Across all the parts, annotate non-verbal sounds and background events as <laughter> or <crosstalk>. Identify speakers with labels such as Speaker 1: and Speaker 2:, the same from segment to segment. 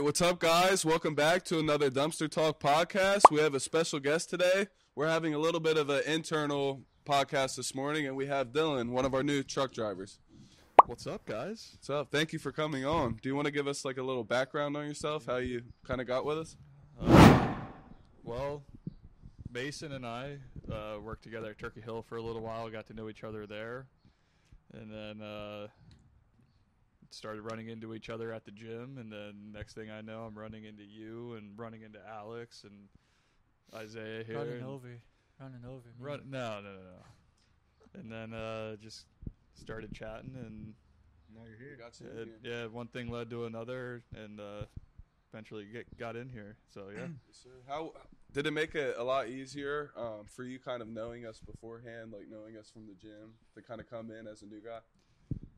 Speaker 1: What's up, guys? Welcome back to another Dumpster Talk podcast. We have a special guest today. We're having a little bit of an internal podcast this morning, and we have Dylan, one of our new truck drivers.
Speaker 2: What's up, guys?
Speaker 1: What's up? Thank you for coming on. Do you want to give us like a little background on yourself, how you kind of got with us?
Speaker 2: Uh, well, Mason and I uh, worked together at Turkey Hill for a little while. Got to know each other there, and then uh, started running into each other at the gym. And then next thing I know, I'm running into you and running into Alex and Isaiah here.
Speaker 3: Running
Speaker 2: and
Speaker 3: over, running over. Me.
Speaker 2: Run, no, no, no, no. And then uh, just started chatting, and
Speaker 1: Now you're here. Gotcha.
Speaker 2: it, yeah, one thing led to another, and uh, eventually get, got in here. So yeah.
Speaker 1: How did it make it a lot easier um, for you, kind of knowing us beforehand, like knowing us from the gym, to kind of come in as a new guy?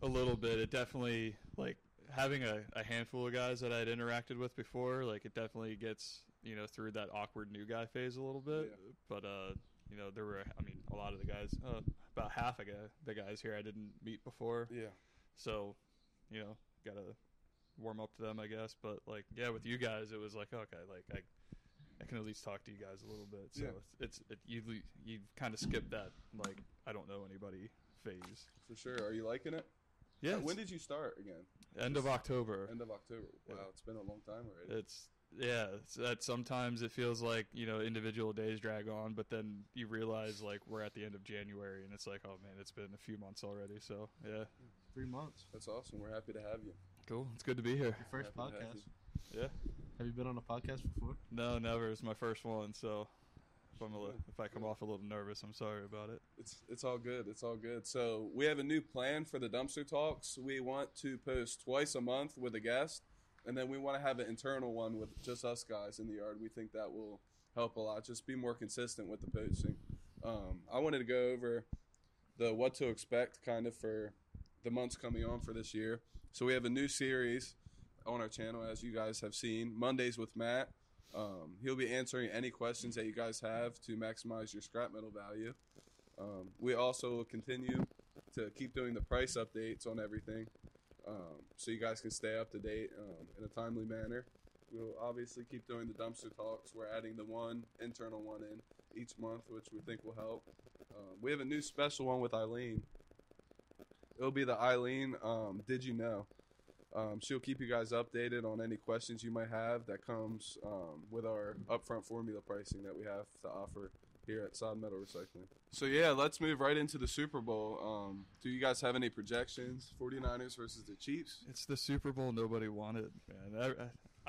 Speaker 2: A little bit. It definitely like having a, a handful of guys that I'd interacted with before, like it definitely gets, you know, through that awkward new guy phase a little bit.
Speaker 1: Yeah.
Speaker 2: But uh, you know, there were I mean, a lot of the guys, uh, about half of gu- the guys here I didn't meet before.
Speaker 1: Yeah.
Speaker 2: So, you know, got to warm up to them, I guess, but like yeah, with you guys it was like okay, like I I can at least talk to you guys a little bit. So
Speaker 1: Yeah.
Speaker 2: it's, it's it, you you kind of skip that like I don't know anybody phase.
Speaker 1: For sure. Are you liking it?
Speaker 2: Yeah.
Speaker 1: Uh, When did you start again?
Speaker 2: end of October.
Speaker 1: End of October. Wow,
Speaker 2: Yeah.
Speaker 1: it's been a long time already.
Speaker 2: It's yeah. It's that sometimes it feels like you know individual days drag on, but then you realize like we're at the end of January, and it's like, oh man, it's been a few months already. So yeah,
Speaker 3: Three months.
Speaker 1: That's awesome. We're happy to have you.
Speaker 2: cool. It's good to be here.
Speaker 3: Your first
Speaker 1: Happy to have
Speaker 3: podcast.
Speaker 2: Yeah.
Speaker 3: Have you been on a podcast before?
Speaker 2: No, never. It's my first one, so if I'm a li- if I come off a little nervous, I'm sorry about it.
Speaker 1: It's it's all good. It's all good. So we have a new plan for the dumpster talks. We want to post twice a month with a guest, and then we want to have an internal one with just us guys in the yard. We think that will help a lot. Just be more consistent with the posting. Um, I wanted to go over the what to expect kind of for the months coming on for this year. So we have a new series on our channel, as you guys have seen, Mondays with Matt. Um, he'll be answering any questions that you guys have to maximize your scrap metal value. Um, we also will continue to keep doing the price updates on everything um, so you guys can stay up to date um, in a timely manner. We'll obviously keep doing the dumpster talks. We're adding the one internal one in each month, which we think will help. Um, we have a new special one with Eileen. It'll be the Eileen um, Did You Know? Um, she'll keep you guys updated on any questions you might have that comes um, with our upfront formula pricing that we have to offer here at Solid Metal Recycling. So yeah, let's move right into the Super Bowl. Um, do you guys have any projections? 49ers versus the Chiefs?
Speaker 2: It's the Super Bowl nobody wanted, man. I,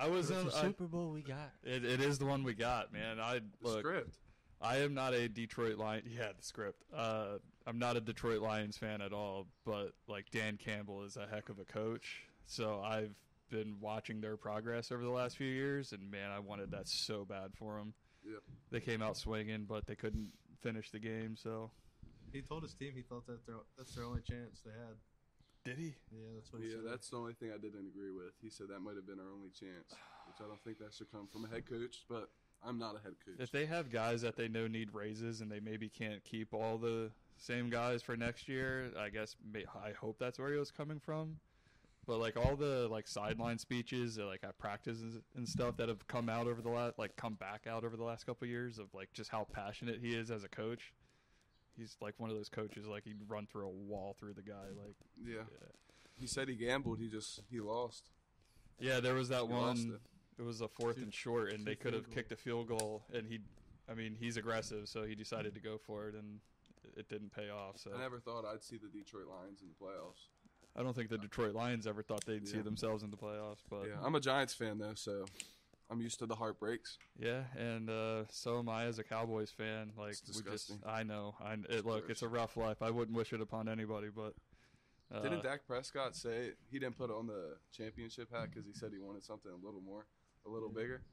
Speaker 2: I, I was in.
Speaker 4: uh,
Speaker 3: the
Speaker 2: I,
Speaker 3: Super Bowl we got.
Speaker 2: it, it is the one we got, man. I
Speaker 1: The
Speaker 2: look.
Speaker 1: script.
Speaker 2: I am not a Detroit Lion. <laughs> Yeah, the script. Uh, I'm not a Detroit Lions fan at all, but like Dan Campbell is a heck of a coach. So I've been watching their progress over the last few years, and man, I wanted that so bad for them.
Speaker 1: Yeah.
Speaker 2: They came out swinging, but they couldn't finish the game. So
Speaker 3: He told his team he thought that their, that's their only chance they had.
Speaker 2: did he?
Speaker 3: Yeah, that's what he
Speaker 1: Yeah,
Speaker 3: said.
Speaker 1: that's the only thing I didn't agree with. He said that might have been our only chance, which I don't think that should come from a head coach. But I'm not a head coach.
Speaker 2: If they have guys that they know need raises, and they maybe can't keep all the same guys for next year, I guess may, I hope that's where he was coming from. But like all the like sideline speeches, or like at practices and stuff that have come out over the last, like come back out over the last couple of years of like just how passionate he is as a coach. He's like one of those coaches, like he'd run through a wall through the guy. Like,
Speaker 1: Yeah,
Speaker 2: yeah,
Speaker 1: he said he gambled. He just he lost.
Speaker 2: yeah there was that
Speaker 1: He lost
Speaker 2: one.
Speaker 1: it.
Speaker 2: It was a fourth
Speaker 3: Two-
Speaker 2: and short, and
Speaker 3: two
Speaker 2: they could
Speaker 3: field
Speaker 2: have kicked a field goal. And he, I mean, he's aggressive, so he decided to go for it, and it didn't pay off. So
Speaker 1: I never thought I'd see the Detroit Lions in the playoffs.
Speaker 2: I don't think the Detroit Lions ever thought they'd see
Speaker 1: Yeah.
Speaker 2: themselves in the playoffs. But
Speaker 1: Yeah, I'm a Giants fan though, so I'm used to the heartbreaks.
Speaker 2: yeah, and uh, so am I as a Cowboys fan. Like
Speaker 1: It's
Speaker 2: we just,
Speaker 1: disgusting.
Speaker 2: I know, I it, look, it's a rough life. I wouldn't wish it upon anybody, but uh,
Speaker 1: Didn't Dak Prescott say he didn't put on the championship hat because he said he wanted something a little more, a little bigger?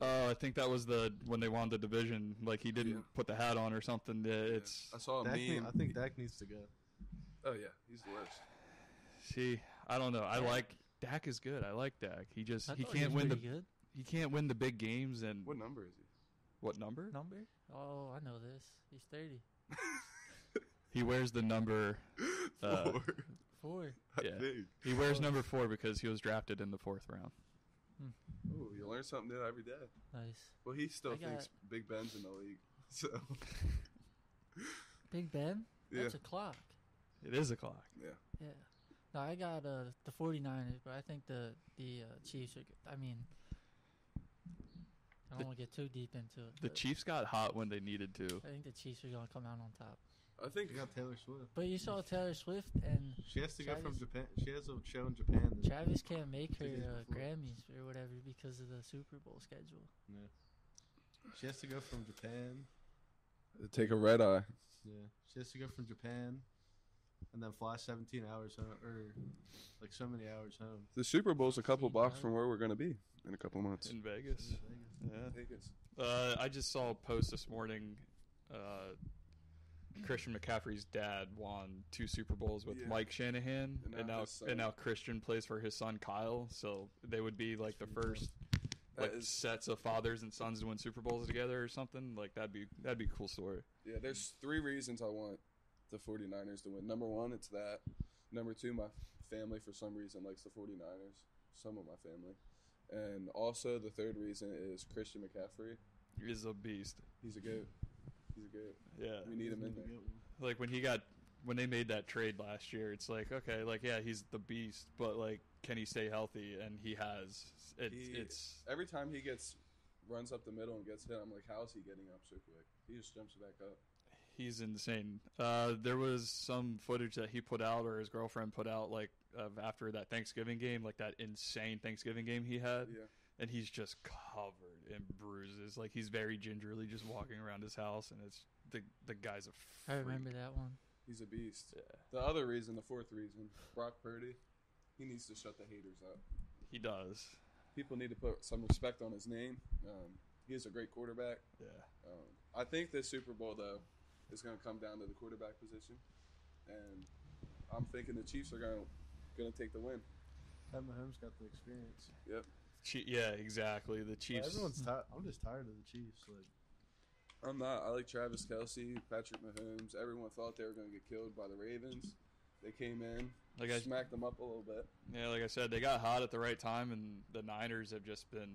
Speaker 2: oh, I think that was the when they won the division. Like he didn't
Speaker 1: Yeah.
Speaker 2: put the hat on or something. Yeah, It's
Speaker 1: I saw a
Speaker 3: Dak
Speaker 1: meme.
Speaker 3: need- I think Dak needs to go.
Speaker 1: oh yeah, he's the worst.
Speaker 2: see, I don't know. I like Dak is good. I like Dak. He just
Speaker 3: I
Speaker 2: he
Speaker 3: thought he
Speaker 2: can't
Speaker 3: was
Speaker 2: win the
Speaker 3: pretty good.
Speaker 2: he can't win the big games and what,
Speaker 1: What number is he?
Speaker 2: number?
Speaker 3: number. Oh, I know this. He's thirty
Speaker 2: He wears the <laughs> number. Uh,
Speaker 1: Four,
Speaker 3: four.
Speaker 1: I <laughs>
Speaker 2: yeah.
Speaker 1: think.
Speaker 2: He wears number four because he was drafted in the fourth round.
Speaker 1: You learn something new every day.
Speaker 4: Nice.
Speaker 1: Well, he still
Speaker 4: I
Speaker 1: thinks Big Ben's in the league. <laughs> So
Speaker 4: Big Ben?
Speaker 1: yeah,
Speaker 4: That's a clock.
Speaker 2: It is a clock.
Speaker 4: Yeah. No, I got uh, the 49ers, but I think the the uh, Chiefs are. g- I mean, I
Speaker 2: The-
Speaker 4: don't want to get too deep into it.
Speaker 2: The
Speaker 4: but
Speaker 2: Chiefs got hot when they needed to.
Speaker 4: I think the Chiefs are gonna come out on top.
Speaker 1: I think
Speaker 3: You got Taylor Swift.
Speaker 4: But you saw Taylor Swift and
Speaker 3: She has to go from
Speaker 4: Travis-
Speaker 3: Japan. She has a show in Japan. This
Speaker 4: Travis can't make her
Speaker 3: Two days
Speaker 4: uh,
Speaker 3: before.
Speaker 4: Grammys or whatever because of the Super Bowl schedule.
Speaker 3: She has to go from Japan.
Speaker 1: take a red eye.
Speaker 3: Yeah. She has to go from Japan, and then fly 17 hours home, or like so many hours home.
Speaker 1: The Super Bowl's a couple
Speaker 4: See,
Speaker 1: blocks
Speaker 4: bud.
Speaker 1: from where we're gonna be in a couple months.
Speaker 2: In Vegas. Yeah.
Speaker 1: Vegas.
Speaker 2: Uh, I just saw a post this morning. Uh, Christian McCaffrey's dad won two Super Bowls with
Speaker 1: Yeah.
Speaker 2: Mike Shanahan,
Speaker 1: And
Speaker 2: and,
Speaker 1: now
Speaker 2: now
Speaker 1: his son.
Speaker 2: and now Christian plays for his son Kyle. So they would be like the
Speaker 3: pretty
Speaker 2: first
Speaker 1: That
Speaker 2: like
Speaker 1: is-
Speaker 2: sets of fathers and sons to win Super Bowls together or something. Like that'd be that'd be a cool story.
Speaker 1: Yeah, there's three reasons I want the 49ers to win. Number one, it's that. Number two, my family for some reason likes the 49ers. Some of my family. And also, the third reason is Christian McCaffrey.
Speaker 2: He's a beast.
Speaker 1: He's a goat. He's a goat.
Speaker 2: Yeah.
Speaker 1: We need him in there.
Speaker 2: Like when he got when they made that trade last year, it's like okay, like yeah, he's the beast, but like can he stay healthy? And he has. It's
Speaker 1: He-
Speaker 2: it's
Speaker 1: Every time he gets runs up the middle and gets hit, I'm like, how is he getting up so quick? He just jumps back up.
Speaker 2: He's insane. Uh, there was some footage that he put out, or his girlfriend put out, like of after that Thanksgiving game, like that insane Thanksgiving game he had,
Speaker 1: Yeah.
Speaker 2: and he's just covered in bruises. Like he's very gingerly just walking around his house, and it's the the guy's a freak.
Speaker 4: I remember that one.
Speaker 1: He's a beast.
Speaker 2: Yeah.
Speaker 1: The other reason, the fourth reason, Brock Purdy, he needs to shut the haters up.
Speaker 2: He does.
Speaker 1: People need to put some respect on his name. Um, he is a great quarterback.
Speaker 2: Yeah,
Speaker 1: Um, I think the Super Bowl though is going to come down to the quarterback position, and I'm thinking the Chiefs are going to going to take the win.
Speaker 3: Pat Mahomes got the experience.
Speaker 2: che- yeah, exactly. The
Speaker 3: Like,
Speaker 2: Chiefs.
Speaker 3: everyone's tired. I'm just tired of the Chiefs. Like,
Speaker 1: I'm not. I like Travis Kelsey, Patrick Mahomes. Everyone thought they were going to get killed by the Ravens. They came in,
Speaker 2: like I,
Speaker 1: smacked them up a little bit.
Speaker 2: yeah, like I said, they got hot at the right time, and the Niners have just been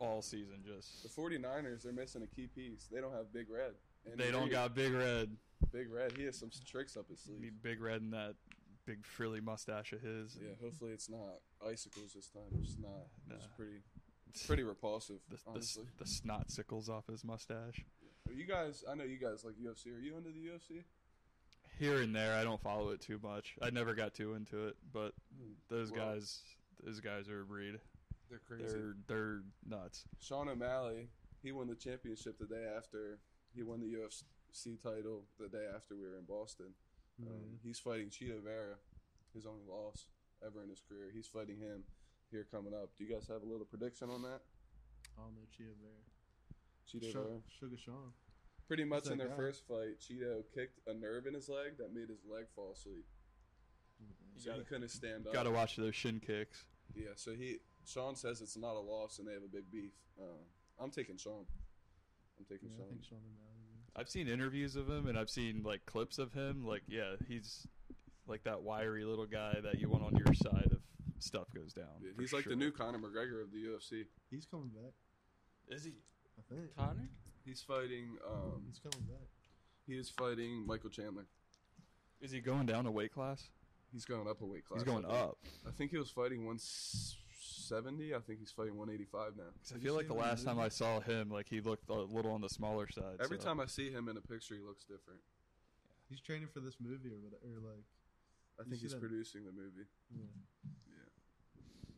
Speaker 2: all season
Speaker 1: The
Speaker 2: just.
Speaker 1: 49ers, they're missing a key piece. They don't have Big Red. And
Speaker 2: They don't
Speaker 1: Reed-
Speaker 2: got Big Red.
Speaker 1: Big Red. He has some tricks up his sleeve.
Speaker 2: Need Big Red and that big frilly mustache of his.
Speaker 1: Yeah, hopefully it's not icicles this time. It's not. It's
Speaker 2: Nah.
Speaker 1: pretty,
Speaker 2: <laughs>
Speaker 1: pretty repulsive.
Speaker 2: The, the, s-
Speaker 1: honestly.
Speaker 2: the snot sickles off his mustache.
Speaker 1: Are you guys, I know you guys like UFC. Are you into the UFC?
Speaker 2: Here and there, I don't follow it too much. I never got too into it, but those
Speaker 1: Well-
Speaker 2: guys, those guys are a breed.
Speaker 1: They're
Speaker 2: They're they're nuts.
Speaker 1: Sean O'Malley, he won the championship the day after he won the UFC title the day after we were in Boston.
Speaker 3: Mm-hmm.
Speaker 1: Um, he's fighting Cheeto Vera, his only loss ever in his career. He's fighting him here coming up. Do you guys have a little prediction on that?
Speaker 3: I don't know Chia Bear.
Speaker 1: Cheeto Vera.
Speaker 3: Sh- Sugar Sean.
Speaker 1: Pretty much
Speaker 3: that
Speaker 1: in their
Speaker 3: guy?
Speaker 1: first fight, Cheeto kicked a nerve in his leg that made his leg fall asleep.
Speaker 2: You
Speaker 1: So he
Speaker 2: gotta,
Speaker 1: couldn't stand up.
Speaker 2: gotta watch those shin kicks.
Speaker 1: Yeah, so he Sean says it's not a loss and they have a big beef. Uh, I'm taking Sean. I'm taking
Speaker 3: Yeah, I
Speaker 1: Sean.
Speaker 3: think Sean O'Malley. wins.
Speaker 2: I've seen interviews of him, and I've seen like clips of him. Like, yeah, he's like that wiry little guy that you want on your side if stuff goes down.
Speaker 1: Yeah,
Speaker 2: for
Speaker 1: he's like the
Speaker 2: sure.
Speaker 1: new Conor McGregor of the UFC.
Speaker 3: He's coming back.
Speaker 2: Is he?
Speaker 3: I think
Speaker 4: Connor?
Speaker 1: He's fighting. Um,
Speaker 3: he's coming back.
Speaker 1: he is fighting Michael Chandler.
Speaker 2: Is he going down a weight class?
Speaker 1: He's going up a weight class.
Speaker 2: he's going
Speaker 1: I think.
Speaker 2: up.
Speaker 1: I think he was fighting 170. I think he's fighting 185 now.
Speaker 2: 'Cause I
Speaker 3: Have you
Speaker 2: feel like
Speaker 3: seen
Speaker 2: the
Speaker 3: him in
Speaker 2: last time I
Speaker 3: movies?
Speaker 2: saw him, like he looked a little on the smaller side.
Speaker 1: Every
Speaker 2: so-
Speaker 1: time I see him in a picture, he looks different.
Speaker 3: He's training for this movie or whatever. Or like,
Speaker 1: I
Speaker 3: You
Speaker 1: think
Speaker 3: see
Speaker 1: he's
Speaker 3: that-
Speaker 1: producing the movie.
Speaker 3: yeah.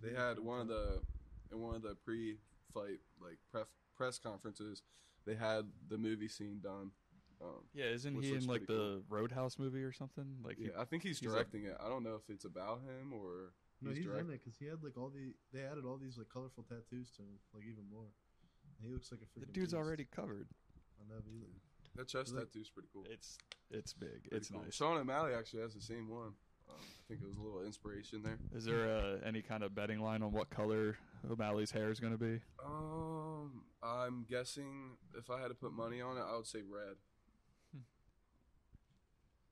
Speaker 1: They had one of the in one of the pre-fight like pref, press conferences. They had the movie scene done. Um,
Speaker 2: yeah, isn't
Speaker 1: Which
Speaker 2: he
Speaker 1: looks
Speaker 2: in like the
Speaker 1: pretty cool.
Speaker 2: Roadhouse movie or something? Like, he-
Speaker 1: yeah, I think he's
Speaker 2: he's like-
Speaker 1: directing it. I don't know if it's about him or
Speaker 3: no,
Speaker 1: he's,
Speaker 3: he's
Speaker 1: direct-
Speaker 3: in it because he had like all the they added all these like colorful tattoos to him, like even more. And he looks like a freaking.
Speaker 2: the dude's
Speaker 3: beast.
Speaker 2: already covered.
Speaker 3: I know. But he look,
Speaker 1: That chest
Speaker 3: Like-
Speaker 1: tattoo's pretty cool.
Speaker 2: It's it's big.
Speaker 1: Pretty
Speaker 2: it's
Speaker 1: cool.
Speaker 2: nice.
Speaker 1: Sean O'Malley actually has the same one. Um, I think it was a little inspiration there.
Speaker 2: Is there uh, any kind of betting line on what color O'Malley's hair is going to be?
Speaker 1: Um, I'm guessing if I had to put money on it, I would say red.
Speaker 2: Hmm.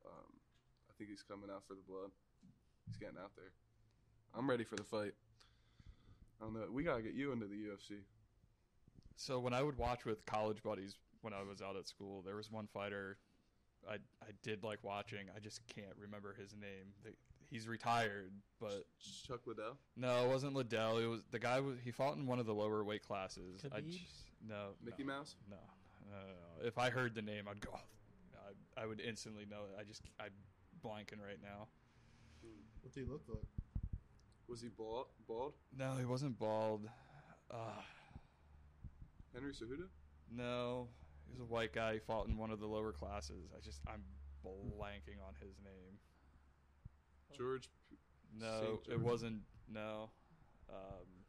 Speaker 1: Um, I think he's coming out for the blood. He's getting out there. I'm ready for the fight. I don't know. We gotta get you into the UFC.
Speaker 2: So when I would watch with college buddies when I was out at school, there was one fighter I I did like watching. I just can't remember his name. The- He's retired, but
Speaker 1: Chuck Liddell.
Speaker 2: no, it wasn't Liddell. It was the guy. Was, he fought in one of the lower weight classes. I
Speaker 4: Khabib?
Speaker 2: just, no,
Speaker 1: Mickey
Speaker 2: no,
Speaker 1: Mouse?
Speaker 2: No, no, no, no. If I heard the name, I'd go. I, I would instantly know it. I just I'm blanking right now.
Speaker 3: What do you look like?
Speaker 1: Was he bald? Bald?
Speaker 2: No, he wasn't bald. Uh,
Speaker 1: Henry Cejudo?
Speaker 2: no, he was a white guy. He fought in one of the lower classes. I just I'm blanking on his name. Oh.
Speaker 1: George? P-
Speaker 2: No,
Speaker 1: Saint
Speaker 2: it
Speaker 1: George.
Speaker 2: wasn't. No. Um,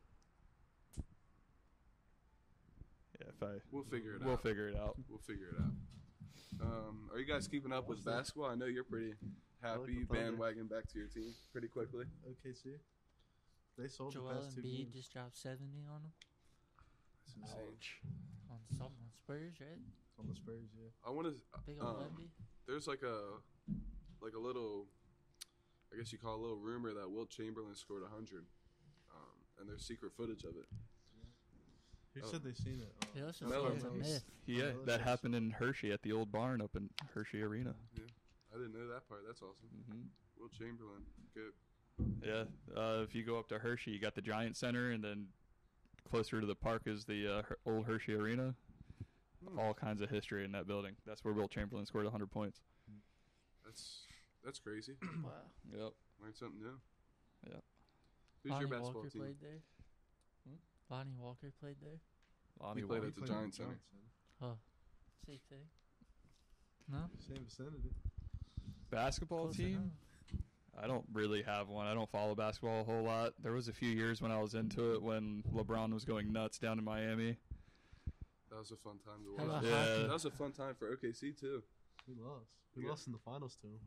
Speaker 2: yeah, if I
Speaker 1: We'll figure it
Speaker 2: we'll
Speaker 1: out.
Speaker 2: figure it out.
Speaker 1: we'll figure it out. Um, are you guys keeping up with
Speaker 3: Awesome.
Speaker 1: basketball? I know you're pretty
Speaker 3: like
Speaker 1: happy
Speaker 3: the
Speaker 1: you
Speaker 3: Thunder.
Speaker 1: bandwagon back to your team pretty quickly.
Speaker 3: OKC. They sold
Speaker 4: Joel
Speaker 3: the past two
Speaker 4: Embiid
Speaker 3: games.
Speaker 4: just dropped 70 on him.
Speaker 1: It's insane.
Speaker 4: On
Speaker 3: Mm.
Speaker 4: some on Spurs, right?
Speaker 3: on the Spurs. Yeah.
Speaker 1: I want to.
Speaker 4: Big
Speaker 1: Um,
Speaker 4: old
Speaker 2: Uh,
Speaker 4: Embiid.
Speaker 1: There's like a, like a little, I guess you call it a little rumor that Will Chamberlain scored 100, um, and there's secret footage of it.
Speaker 3: Who
Speaker 1: Oh.
Speaker 3: said they seen it? Uh,
Speaker 4: They also
Speaker 1: Melo
Speaker 4: said it's a
Speaker 1: Melo.
Speaker 4: myth.
Speaker 2: Yeah,
Speaker 3: Oh,
Speaker 2: that
Speaker 3: that's-
Speaker 2: happened in Hershey at the old barn up in Hershey Arena.
Speaker 1: I didn't know that part. That's awesome.
Speaker 2: hmm
Speaker 1: Will Chamberlain. Good.
Speaker 2: Yeah, uh, if you go up to Hershey, you got the Giant Center, and then closer to the park is the uh, Her- old Hershey Arena.
Speaker 1: Hmm.
Speaker 2: All kinds of history in that building. That's where Will Chamberlain scored 100 points.
Speaker 1: That's that's crazy. <clears throat>
Speaker 2: <clears throat>
Speaker 4: wow.
Speaker 2: Yep.
Speaker 1: Learn something new.
Speaker 2: Yeah.
Speaker 1: Who's
Speaker 4: Lonnie
Speaker 1: your basketball
Speaker 4: Walker
Speaker 1: team?
Speaker 4: played there.
Speaker 2: Hmm?
Speaker 4: Lonnie Walker played there.
Speaker 2: Lonnie
Speaker 1: played
Speaker 2: Walker.
Speaker 1: at the Giants Center.
Speaker 4: Same thing. No.
Speaker 3: Same vicinity.
Speaker 2: basketball
Speaker 4: Close
Speaker 2: team.
Speaker 4: enough.
Speaker 2: I don't really have one. I don't follow basketball a whole lot. There was a few years when I was into it when LeBron was going nuts down in Miami.
Speaker 1: That was a fun time to
Speaker 4: How
Speaker 1: watch.
Speaker 4: about
Speaker 2: Yeah.
Speaker 4: hockey?
Speaker 1: That was a fun time for OKC too.
Speaker 3: We lost. We
Speaker 1: Yeah.
Speaker 3: lost in the finals to 'em.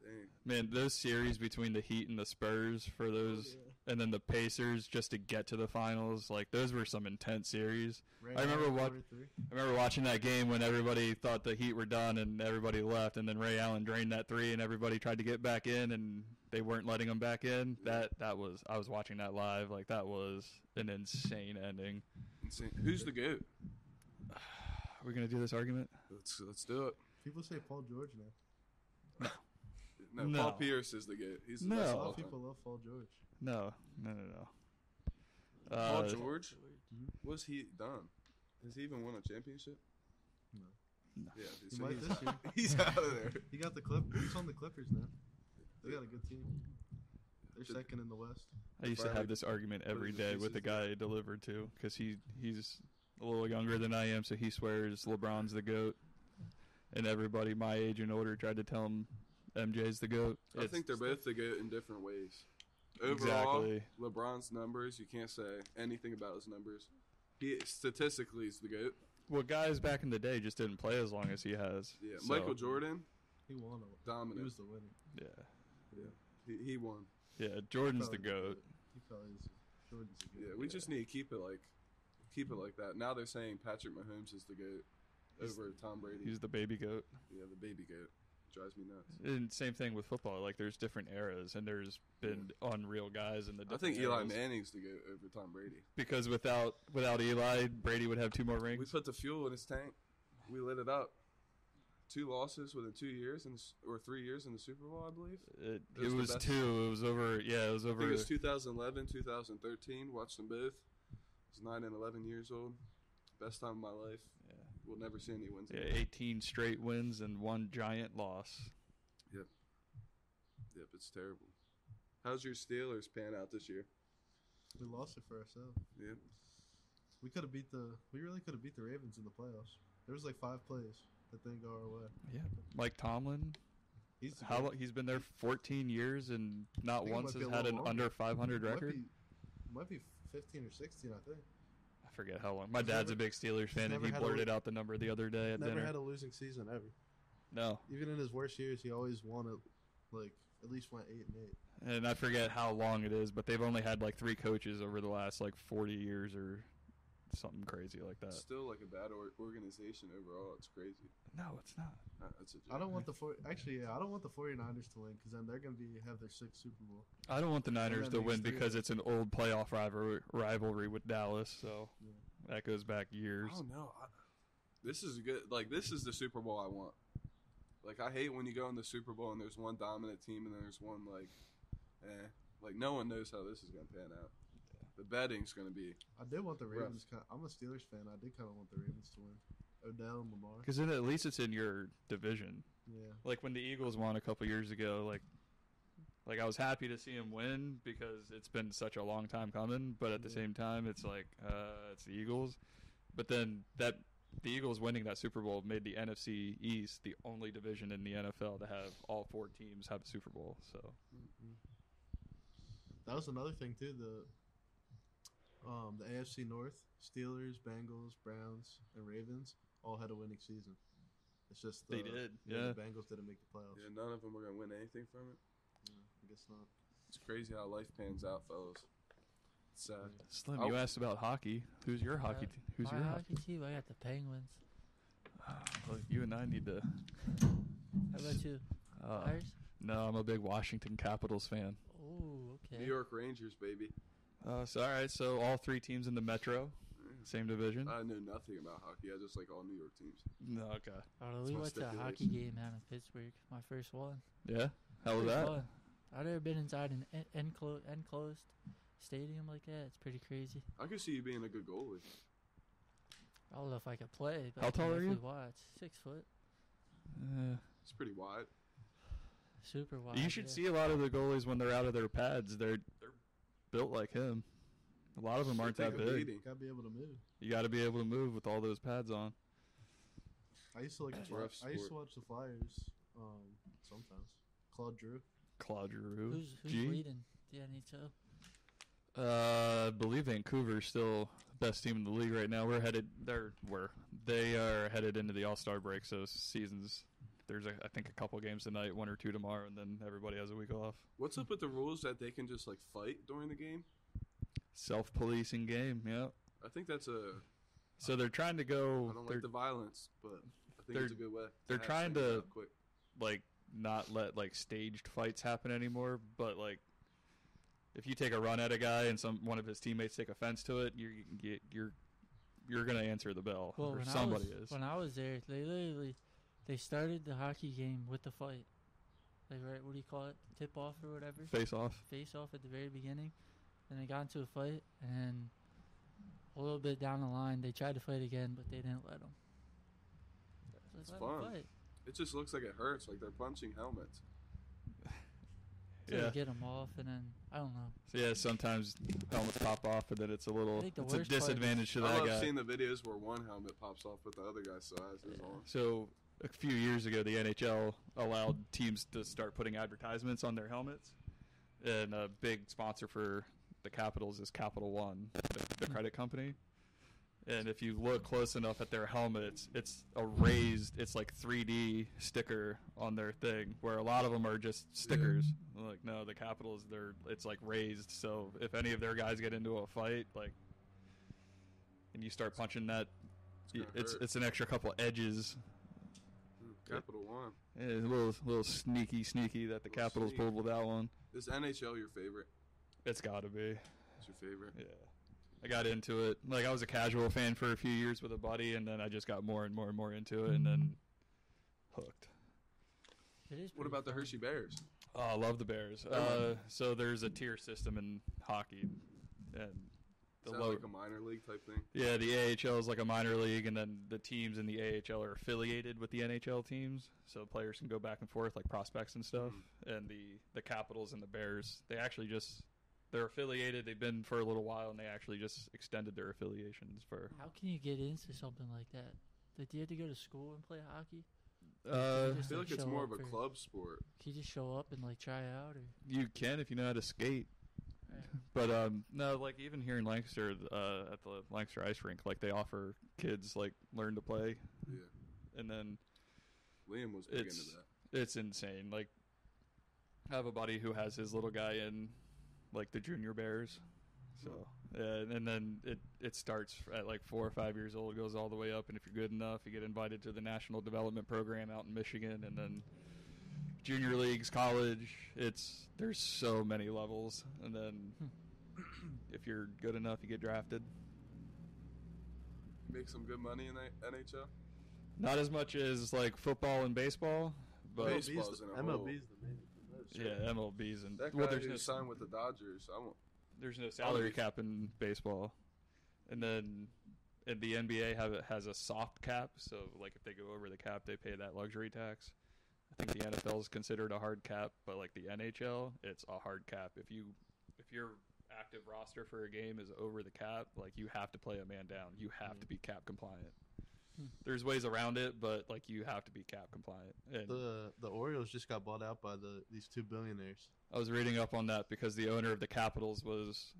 Speaker 1: Dang.
Speaker 2: Man, those series between the Heat and the Spurs for those and then the Pacers just to get to the finals, like those were some intense series.
Speaker 3: Ray
Speaker 2: I remember
Speaker 3: Allen,
Speaker 2: what-
Speaker 3: quarter three.
Speaker 2: I remember watching that game when everybody thought the Heat were done and everybody left and then Ray Allen drained that 3 and everybody tried to get back in and they weren't letting them back in. That that was I was watching that live. Like that was an insane ending.
Speaker 1: Insane. Who's the goat?
Speaker 2: Are we going to do this argument?
Speaker 1: Let's let's do it.
Speaker 3: People say Paul George now.
Speaker 1: No,
Speaker 2: No.
Speaker 1: Paul Pierce is the goat. He's the
Speaker 2: No.
Speaker 1: best
Speaker 3: A
Speaker 1: of
Speaker 2: Oh,
Speaker 3: lot
Speaker 1: all
Speaker 3: of
Speaker 1: time.
Speaker 3: people love Paul George.
Speaker 2: No, no, no, no.
Speaker 1: Paul
Speaker 2: Uh,
Speaker 1: George,
Speaker 3: Mm-hmm.
Speaker 1: what's he done? Has he even won a championship?
Speaker 3: No.
Speaker 2: No.
Speaker 1: Yeah, dude,
Speaker 3: He
Speaker 1: so
Speaker 3: might
Speaker 1: he's,
Speaker 3: this year.
Speaker 1: <laughs> he's out of there.
Speaker 2: <laughs>
Speaker 3: He got the clip. He's on the Clippers now. They got a good team. They're second in the West.
Speaker 2: I used to
Speaker 1: Finally
Speaker 2: have this argument every
Speaker 1: the
Speaker 2: day with the
Speaker 1: pieces
Speaker 2: guy I delivered to because he he's a little younger than I am, so he swears LeBron's the goat, and everybody my age and older tried to tell him MJ's the goat.
Speaker 1: I
Speaker 2: It's-
Speaker 1: think they're both the goat in different ways. Overall,
Speaker 2: Exactly.
Speaker 1: LeBron's numbers—you can't say anything about his numbers. He statistically is the goat.
Speaker 2: well, guys back in the day just didn't play as long as he has.
Speaker 1: Yeah,
Speaker 2: so,
Speaker 1: Michael Jordan,
Speaker 3: He won. It. He
Speaker 1: dominant.
Speaker 3: was the winner.
Speaker 2: Yeah,
Speaker 1: He, he won.
Speaker 2: yeah, Jordan's the
Speaker 3: Probably
Speaker 2: goat.
Speaker 3: He probably is. Jordan's the goat.
Speaker 1: Yeah, we just need to keep it like, keep it like that. Now they're saying Patrick Mahomes is the goat
Speaker 3: He's-
Speaker 1: over Tom Brady.
Speaker 2: He's the baby goat.
Speaker 1: yeah, the baby goat drives me nuts.
Speaker 2: And same thing with football. Like there's different eras, and there's been unreal guys in the.
Speaker 1: I think
Speaker 2: different
Speaker 1: Eli
Speaker 2: eras.
Speaker 1: Manning's the goat over Tom Brady.
Speaker 2: because without without Eli, Brady would have two more
Speaker 1: We
Speaker 2: rings.
Speaker 1: put the fuel in his tank. We lit it up. Two losses within two years and or three years in the Super Bowl, I believe.
Speaker 3: Uh,
Speaker 2: It,
Speaker 1: It
Speaker 2: it
Speaker 1: was the
Speaker 2: was
Speaker 1: best.
Speaker 2: two. It was over. Yeah, it was
Speaker 1: I
Speaker 2: over.
Speaker 1: think it was 2011, 2013. Watched them both. I was nine and 11 years old. Best time of my life.
Speaker 2: Yeah.
Speaker 1: We'll never see any wins.
Speaker 2: yeah,
Speaker 1: like that.
Speaker 2: 18 straight wins and one giant loss.
Speaker 1: Yep, it's terrible. How's your Steelers pan out this year?
Speaker 3: We lost it for ourselves.
Speaker 1: Yeah.
Speaker 3: We could have beat the. We really could have beat the Ravens in the playoffs. There was like five plays that didn't go our way.
Speaker 2: Yeah, Mike Tomlin.
Speaker 3: He's the
Speaker 2: How
Speaker 3: goat.
Speaker 2: long, he's been there 14 years and
Speaker 3: I
Speaker 2: not
Speaker 3: think it
Speaker 2: once
Speaker 3: might be
Speaker 2: has
Speaker 3: a
Speaker 2: had an
Speaker 3: little
Speaker 2: under 500
Speaker 3: Might
Speaker 2: record.
Speaker 3: be- Might be, fifteen or sixteen, I think.
Speaker 2: I forget how long. My
Speaker 3: He's
Speaker 2: dad's a
Speaker 3: never-
Speaker 2: big Steelers fan and
Speaker 3: never
Speaker 2: he
Speaker 3: had a
Speaker 2: blurted
Speaker 3: win-
Speaker 2: out the number the other day at
Speaker 3: Never
Speaker 2: dinner.
Speaker 3: had a losing season ever.
Speaker 2: no,
Speaker 3: Even in his worst years, he always won it. Like at least went eight and eight.
Speaker 2: and I forget how long it is, but they've only had like three coaches over the last like 40 years or something crazy like that.
Speaker 1: It's still like a bad or- organization overall. It's crazy.
Speaker 2: No, it's not.
Speaker 1: Uh, That's a joke.
Speaker 3: I don't want the four. Actually, yeah, I don't want the 49ers to win because then they're gonna be have their sixth Super Bowl.
Speaker 2: I don't want the Niners
Speaker 3: that
Speaker 2: to
Speaker 3: makes
Speaker 2: win
Speaker 3: three.
Speaker 2: because it's an old playoff rivalry, rivalry with Dallas. So
Speaker 3: Yeah.
Speaker 2: that goes back years.
Speaker 1: I don't know. I, this is good. Like this is the Super Bowl I want. Like I hate when you go in the Super Bowl and there's one dominant team and then there's one like, eh. Like no one knows how this is gonna pan out. The betting's gonna be.
Speaker 3: I did want the
Speaker 1: Rough.
Speaker 3: Ravens. Kind I'm a Steelers fan. I did kind of want the Ravens to win. Odell and Lamar.
Speaker 2: Because then at least it's in your division.
Speaker 3: Yeah.
Speaker 2: Like when the Eagles won a couple years ago, like like I was happy to see him win because it's been such a long time coming. But at the
Speaker 3: Yeah.
Speaker 2: same time, it's like uh, it's the Eagles. But then that the Eagles winning that Super Bowl made the NFC East the only division in the NFL to have all four teams have a Super Bowl. So
Speaker 3: That was another thing too. The um the AFC North: Steelers, Bengals, Browns, and Ravens all had a winning season. It's just the,
Speaker 2: they did,
Speaker 3: yeah,
Speaker 2: yeah.
Speaker 3: The Bengals didn't make the playoffs.
Speaker 1: Yeah, none of them are gonna win anything from it.
Speaker 3: Yeah, I guess not.
Speaker 1: It's crazy how life pans out, fellas. It's uh, sad.
Speaker 2: Slim,
Speaker 1: I
Speaker 2: you
Speaker 1: w-
Speaker 2: asked about hockey. Who's your hockey?
Speaker 4: Oh. Uh,
Speaker 2: T- who's
Speaker 4: My
Speaker 2: your hockey?
Speaker 4: hockey team, I got the Penguins.
Speaker 2: Well, you and I need to.
Speaker 4: How about you?
Speaker 2: Uh,
Speaker 4: Irish?
Speaker 2: no, I'm a big Washington Capitals fan.
Speaker 4: Oh, okay.
Speaker 1: New York Rangers, baby.
Speaker 2: Uh, so all right, so all three teams in the Metro, same division.
Speaker 1: Mm.
Speaker 4: Uh,
Speaker 1: I know nothing about hockey. I just like all New York teams.
Speaker 2: no, okay,
Speaker 1: That's
Speaker 4: Although Oh, we
Speaker 1: my
Speaker 4: went to a hockey
Speaker 1: stipulation.
Speaker 4: game out in Pittsburgh, my first one.
Speaker 2: yeah. How was
Speaker 4: Pretty
Speaker 2: that?
Speaker 4: fun. I've never been inside an en- enclo- enclosed stadium like that. It's pretty crazy.
Speaker 1: I could see you being a good goalie.
Speaker 4: I don't know if I could play, but
Speaker 2: How
Speaker 4: I can
Speaker 2: tall are
Speaker 4: definitely
Speaker 2: you?
Speaker 4: Watch six foot,
Speaker 2: Uh,
Speaker 1: It's pretty wide.
Speaker 4: super wide.
Speaker 2: you should
Speaker 4: yeah.
Speaker 2: see a lot of the goalies when they're out of their pads. They're they're built like him. A lot of them
Speaker 1: Should
Speaker 2: aren't
Speaker 1: take
Speaker 2: that
Speaker 1: a
Speaker 2: big.
Speaker 1: beating.
Speaker 3: Gotta be able to move.
Speaker 2: You got to be able to move with all those pads on.
Speaker 3: I used to like.
Speaker 1: It's a
Speaker 3: Fly-
Speaker 1: rough
Speaker 3: I used
Speaker 1: sport.
Speaker 3: to watch the Flyers. Um, sometimes Claude Drew.
Speaker 2: Claude Giroux.
Speaker 4: Who's, who's
Speaker 2: G?
Speaker 4: leading the NHL?
Speaker 2: Uh, I believe Vancouver's still the best team in the league right now. We're headed they're we're they are headed into the All Star break, so seasons. There's a, I think a couple games tonight, one or two tomorrow, and then everybody has a week off.
Speaker 1: What's up with the rules that they can just like fight during the game?
Speaker 2: Self policing game, yeah.
Speaker 1: I think that's a.
Speaker 2: So they're trying to
Speaker 1: I
Speaker 2: go.
Speaker 1: don't
Speaker 2: They're
Speaker 1: like the violence, but I think
Speaker 2: they're-
Speaker 1: it's a good way. to
Speaker 2: they're
Speaker 1: hash
Speaker 2: trying
Speaker 1: things
Speaker 2: to-
Speaker 1: out quick.
Speaker 2: like not let like staged fights happen anymore, but like if you take a run at a guy and some one of his teammates take offense to it, you're you- you're you're gonna answer the bell,
Speaker 4: Well,
Speaker 2: or
Speaker 4: when
Speaker 2: somebody
Speaker 4: I was,
Speaker 2: is.
Speaker 4: When I was there, they literally they started the hockey game with the fight. Like right, what do you call it? Tip off or whatever.
Speaker 2: Face off.
Speaker 4: Face off at the very beginning. Then they got into a fight, and then a little bit down the line, they tried to fight again, but they didn't let them.
Speaker 1: It's fun. It just looks like it hurts. Like they're punching helmets.
Speaker 4: Yeah.
Speaker 2: Yeah.
Speaker 4: get them off, and then I don't know.
Speaker 2: So yeah, sometimes helmets pop off, and then it's a little
Speaker 4: I think the
Speaker 2: it's a
Speaker 4: worst part is-
Speaker 2: disadvantage to that
Speaker 1: I've
Speaker 2: guy.
Speaker 1: seen the videos where one helmet pops off, but the other guy's still has his
Speaker 4: Yeah.
Speaker 1: on.
Speaker 2: so a few years ago, the NHL allowed teams to start putting advertisements on their helmets, and a big sponsor for the Capitals is Capital One, the, the credit company. And if you look close enough at their helmets, it's a raised, it's like 3D sticker on their thing, where a lot of them are just stickers. Like, no, the Capitals, they're it's like raised. So if any of their guys get into a fight, like, and you start punching that,
Speaker 1: It's
Speaker 2: it's
Speaker 1: gonna
Speaker 2: it's,
Speaker 1: hurt.
Speaker 2: an extra couple edges.
Speaker 1: Mm, Capital One.
Speaker 2: Yeah, it's a little little sneaky, sneaky that the
Speaker 1: Little
Speaker 2: Capitals
Speaker 1: sneak.
Speaker 2: pulled with that one.
Speaker 1: Is NHL your favorite?
Speaker 2: It's got to be.
Speaker 1: It's your favorite.
Speaker 2: Yeah. I got into it. Like I was a casual fan for a few years with a buddy and then I just got more and more and more into it and then hooked.
Speaker 4: It is
Speaker 1: What
Speaker 4: pretty
Speaker 1: about the
Speaker 4: fun.
Speaker 1: Hershey Bears?
Speaker 2: Oh, I love the Bears.
Speaker 1: Oh.
Speaker 2: Uh, so there's a tier system in hockey and the
Speaker 1: Is that
Speaker 2: low
Speaker 1: like a minor league type thing?
Speaker 2: Yeah, the AHL is like a minor league and then the teams in the AHL are affiliated with the NHL teams, so players can go back and forth like prospects and stuff.
Speaker 1: Mm.
Speaker 2: And the the Capitals and the Bears, they actually just they're affiliated. They've been for a little while, and they actually just extended their affiliations for
Speaker 4: How can you get into something like that? Like, do you have to go to school and play hockey?
Speaker 2: Uh,
Speaker 1: I
Speaker 4: Just,
Speaker 1: feel like it's
Speaker 4: show
Speaker 1: more
Speaker 4: up
Speaker 1: of a
Speaker 4: for-
Speaker 1: club sport.
Speaker 4: Can you just show up and like try out or?
Speaker 2: you can if you know how to skate. But um, no, like even here in Lancaster, uh, at the Lancaster Ice Rink, like they offer kids like learn to play,
Speaker 1: Yeah,
Speaker 2: and then
Speaker 1: Liam was big
Speaker 2: It's-
Speaker 1: into that.
Speaker 2: it's insane. Like, I have a buddy who has his little guy in, like the junior bears, so and, and then it it starts at like four or five years old, goes all the way up, and if you're good enough, you get invited to the national development program out in Michigan, and then junior leagues, college. It's there's so many levels, and then
Speaker 1: Hmm.
Speaker 2: if you're good enough, you get drafted.
Speaker 1: Make some good money in the NHL.
Speaker 2: Not as much as like football and baseball, but
Speaker 1: Base- baseball's
Speaker 3: the,
Speaker 1: in a hole.
Speaker 3: MLB's the main. that's true.
Speaker 2: yeah, MLBs and
Speaker 1: That guy
Speaker 2: well, there's
Speaker 1: who
Speaker 2: no
Speaker 1: signed with the Dodgers, I want.
Speaker 2: there's no salary
Speaker 1: leave.
Speaker 2: cap in baseball, and then and the NBA have has a soft cap, so like if they go over the cap, they pay that luxury tax. I think the NFL is considered a hard cap, but like the NHL, it's a hard cap. If you if your active roster for a game is over the cap, like you have to play a man down. You have to be cap compliant.
Speaker 4: Hmm.
Speaker 2: There's ways around it, but like you have to be cap compliant. And
Speaker 3: The the Orioles just got bought out by the these two billionaires.
Speaker 2: I was reading up on that because the owner of the Capitals was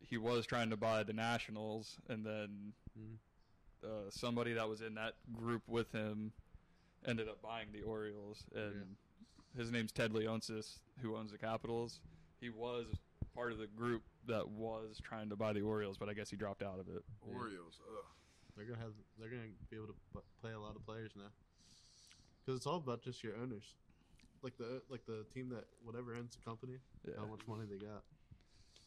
Speaker 2: he was trying to buy the Nationals, and then
Speaker 3: Mhm.
Speaker 1: Mm-hmm.
Speaker 2: uh, somebody that was in that group with him ended up buying the Orioles, and his name's Ted Leonsis, who owns the Capitals. He was part of the group that was trying to buy the Orioles, but I guess he dropped out of it.
Speaker 3: Yeah.
Speaker 1: Orioles. Ugh.
Speaker 3: They're gonna have they're gonna be able to bu- play a lot of players now, because it's all about just your owners, like the like the team that whatever owns the company,
Speaker 2: Yeah.
Speaker 1: Oh.
Speaker 3: how much money they got.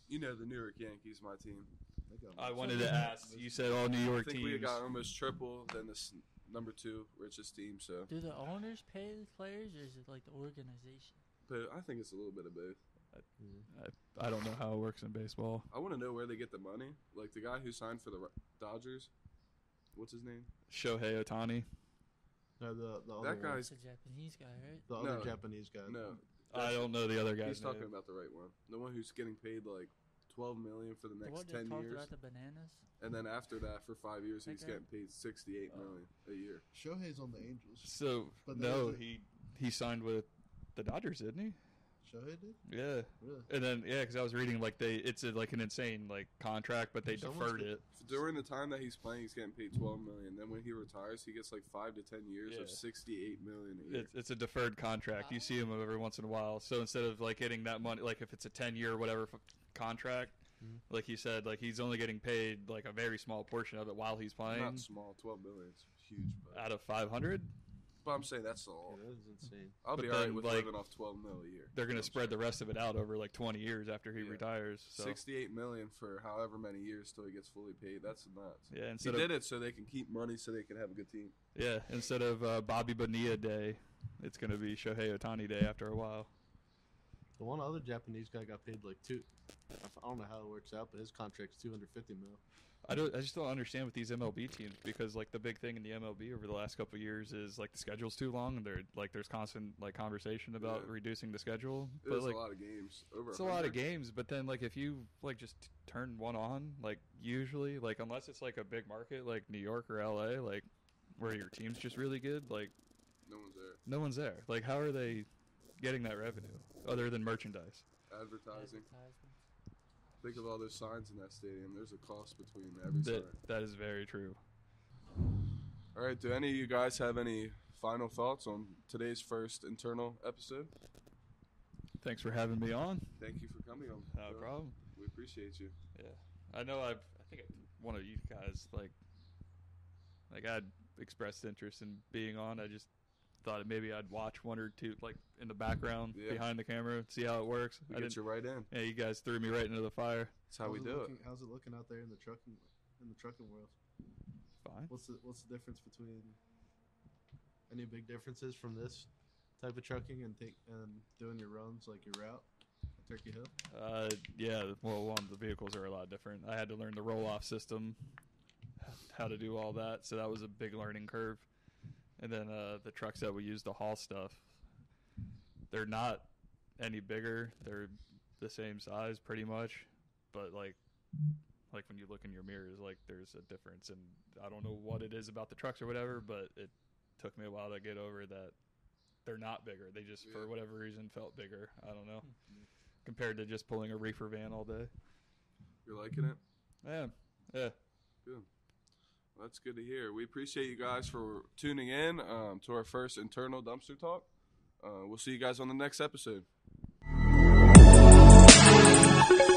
Speaker 1: You know the New York Yankees, my team.
Speaker 3: They got
Speaker 2: I
Speaker 3: money.
Speaker 2: wanted to ask. You said all New
Speaker 1: I
Speaker 2: York
Speaker 1: think
Speaker 2: teams.
Speaker 1: we got almost triple than this number two richest team. So,
Speaker 4: Do the owners pay the players, or is it like the organization?
Speaker 1: but I think it's a little bit of both.
Speaker 3: Yeah.
Speaker 2: I don't know how it works in baseball.
Speaker 1: I want to know where they get the money. Like the guy who signed for the Ro- Dodgers. What's his name?
Speaker 2: Shohei Otani.
Speaker 3: No, the the
Speaker 1: That
Speaker 3: other
Speaker 1: guy-
Speaker 3: one,
Speaker 1: Guys-
Speaker 4: It's a Japanese guy, right?
Speaker 3: the other
Speaker 1: No.
Speaker 3: Japanese guy.
Speaker 1: No,
Speaker 2: I don't know the other
Speaker 1: he's
Speaker 2: guy's
Speaker 1: talking
Speaker 2: name.
Speaker 1: about the right one. The one who's getting paid like twelve million for the
Speaker 4: The one
Speaker 1: next
Speaker 4: that
Speaker 1: ten
Speaker 4: talked
Speaker 1: years,
Speaker 4: about the bananas.
Speaker 1: and then after that, for five years,
Speaker 4: That
Speaker 1: he's
Speaker 4: guy?
Speaker 1: getting paid sixty-eight
Speaker 2: Oh.
Speaker 1: million a year.
Speaker 3: Shohei's on the Angels.
Speaker 2: So
Speaker 3: But that
Speaker 2: no,
Speaker 3: was it.
Speaker 2: he he signed with the Dodgers, didn't
Speaker 3: Shohei did
Speaker 2: he? Yeah,
Speaker 3: really.
Speaker 2: and then yeah, because I was reading like they it's a, like an insane like contract, but they
Speaker 3: Someone's
Speaker 2: deferred
Speaker 3: get-
Speaker 2: it.
Speaker 1: During the time that he's playing, he's getting paid twelve million. Then when he retires, he gets like five to ten years of
Speaker 2: Yeah.
Speaker 1: sixty-eight million a year.
Speaker 2: It's, it's a deferred contract. You see him every once in a while. So instead of like getting that money, like if it's a ten year whatever f- contract,
Speaker 3: Mhm.
Speaker 2: like he said, like he's only getting paid like a very small portion of it while he's playing
Speaker 1: Not small, twelve million. It's huge, but,
Speaker 2: out of five hundred.
Speaker 1: but I'm saying that's all.
Speaker 3: that is insane.
Speaker 1: I'll
Speaker 2: but
Speaker 1: be alright
Speaker 2: then,
Speaker 1: with
Speaker 2: like,
Speaker 1: living off twelve mil a year.
Speaker 2: They're gonna
Speaker 1: I'm
Speaker 2: spread the
Speaker 1: sorry.
Speaker 2: rest of it out over like twenty years after he
Speaker 1: Yeah.
Speaker 2: retires. So
Speaker 1: sixty-eight million for however many years till he gets fully paid. That's nuts.
Speaker 2: yeah,
Speaker 1: He
Speaker 2: instead of
Speaker 1: did it so they can keep money, so they can have a good team.
Speaker 2: Yeah, instead of uh, Bobby Bonilla Day, it's going to be Shohei Otani Day after a while.
Speaker 3: The one other Japanese guy got paid like two. I don't know how it works out, but his contract's two hundred fifty mil.
Speaker 2: I don't. I just don't understand with these MLB teams because like the big thing in the MLB over the last couple of years is like the schedule's too long and there like there's constant like conversation about
Speaker 1: Yeah.
Speaker 2: reducing the schedule.
Speaker 1: It
Speaker 2: but
Speaker 1: was
Speaker 2: like
Speaker 1: a lot of games. Over
Speaker 2: it's a lot of
Speaker 1: 100.
Speaker 2: games, but then like if you like just t- turn one on, like usually like unless it's like a big market like New York or LA, like where your team's just really good, like
Speaker 1: No one's there.
Speaker 2: no one's there. Like how are they getting that revenue other than merchandise?
Speaker 1: Advertising.
Speaker 4: Advertisements.
Speaker 1: Think of all those signs in that stadium. There's a cost between every
Speaker 2: That
Speaker 1: sign.
Speaker 2: that is very true.
Speaker 1: All right. Do any of you guys have any final thoughts on today's first internal episode?
Speaker 2: Thanks for having me on.
Speaker 1: Thank you for coming on.
Speaker 2: No
Speaker 1: Joe.
Speaker 2: problem.
Speaker 1: We appreciate you.
Speaker 2: Yeah, I know. I've I think I, one of you guys like like I'd expressed interest in being on. I just thought that maybe I'd watch one or two like in the background
Speaker 1: Yeah.
Speaker 2: behind the camera, see how it works.
Speaker 1: We
Speaker 2: I
Speaker 1: get
Speaker 2: didn't.
Speaker 1: you right in.
Speaker 2: yeah, you guys threw me right into the fire.
Speaker 1: That's how we
Speaker 3: How's
Speaker 1: do
Speaker 3: looking, How's it looking out there in the trucking in the trucking world?
Speaker 2: Fine.
Speaker 3: What's the what's the difference between any big differences from this type of trucking and take and doing your runs like your route at Turkey Hill?
Speaker 2: Uh, yeah. Well, one the vehicles are a lot different. I had to learn the roll off system, how to do all that. So that was a big learning curve. And then uh, the trucks that we use to haul stuff, they're not any bigger. They're the same size pretty much, but like. Like when you look in your mirrors, like there's a difference, and I don't know what it is about the trucks or whatever, but it took me a while to get over that they're not bigger. They just,
Speaker 1: Yeah.
Speaker 2: for whatever reason, felt bigger. I don't know
Speaker 3: Hmm.
Speaker 2: compared to just pulling a reefer van all day.
Speaker 1: You're liking it?
Speaker 2: Yeah, yeah.
Speaker 1: Well, that's good to hear. We appreciate you guys for tuning in um, to our first internal dumpster talk. Uh, we'll see you guys on the next episode.
Speaker 3: Thank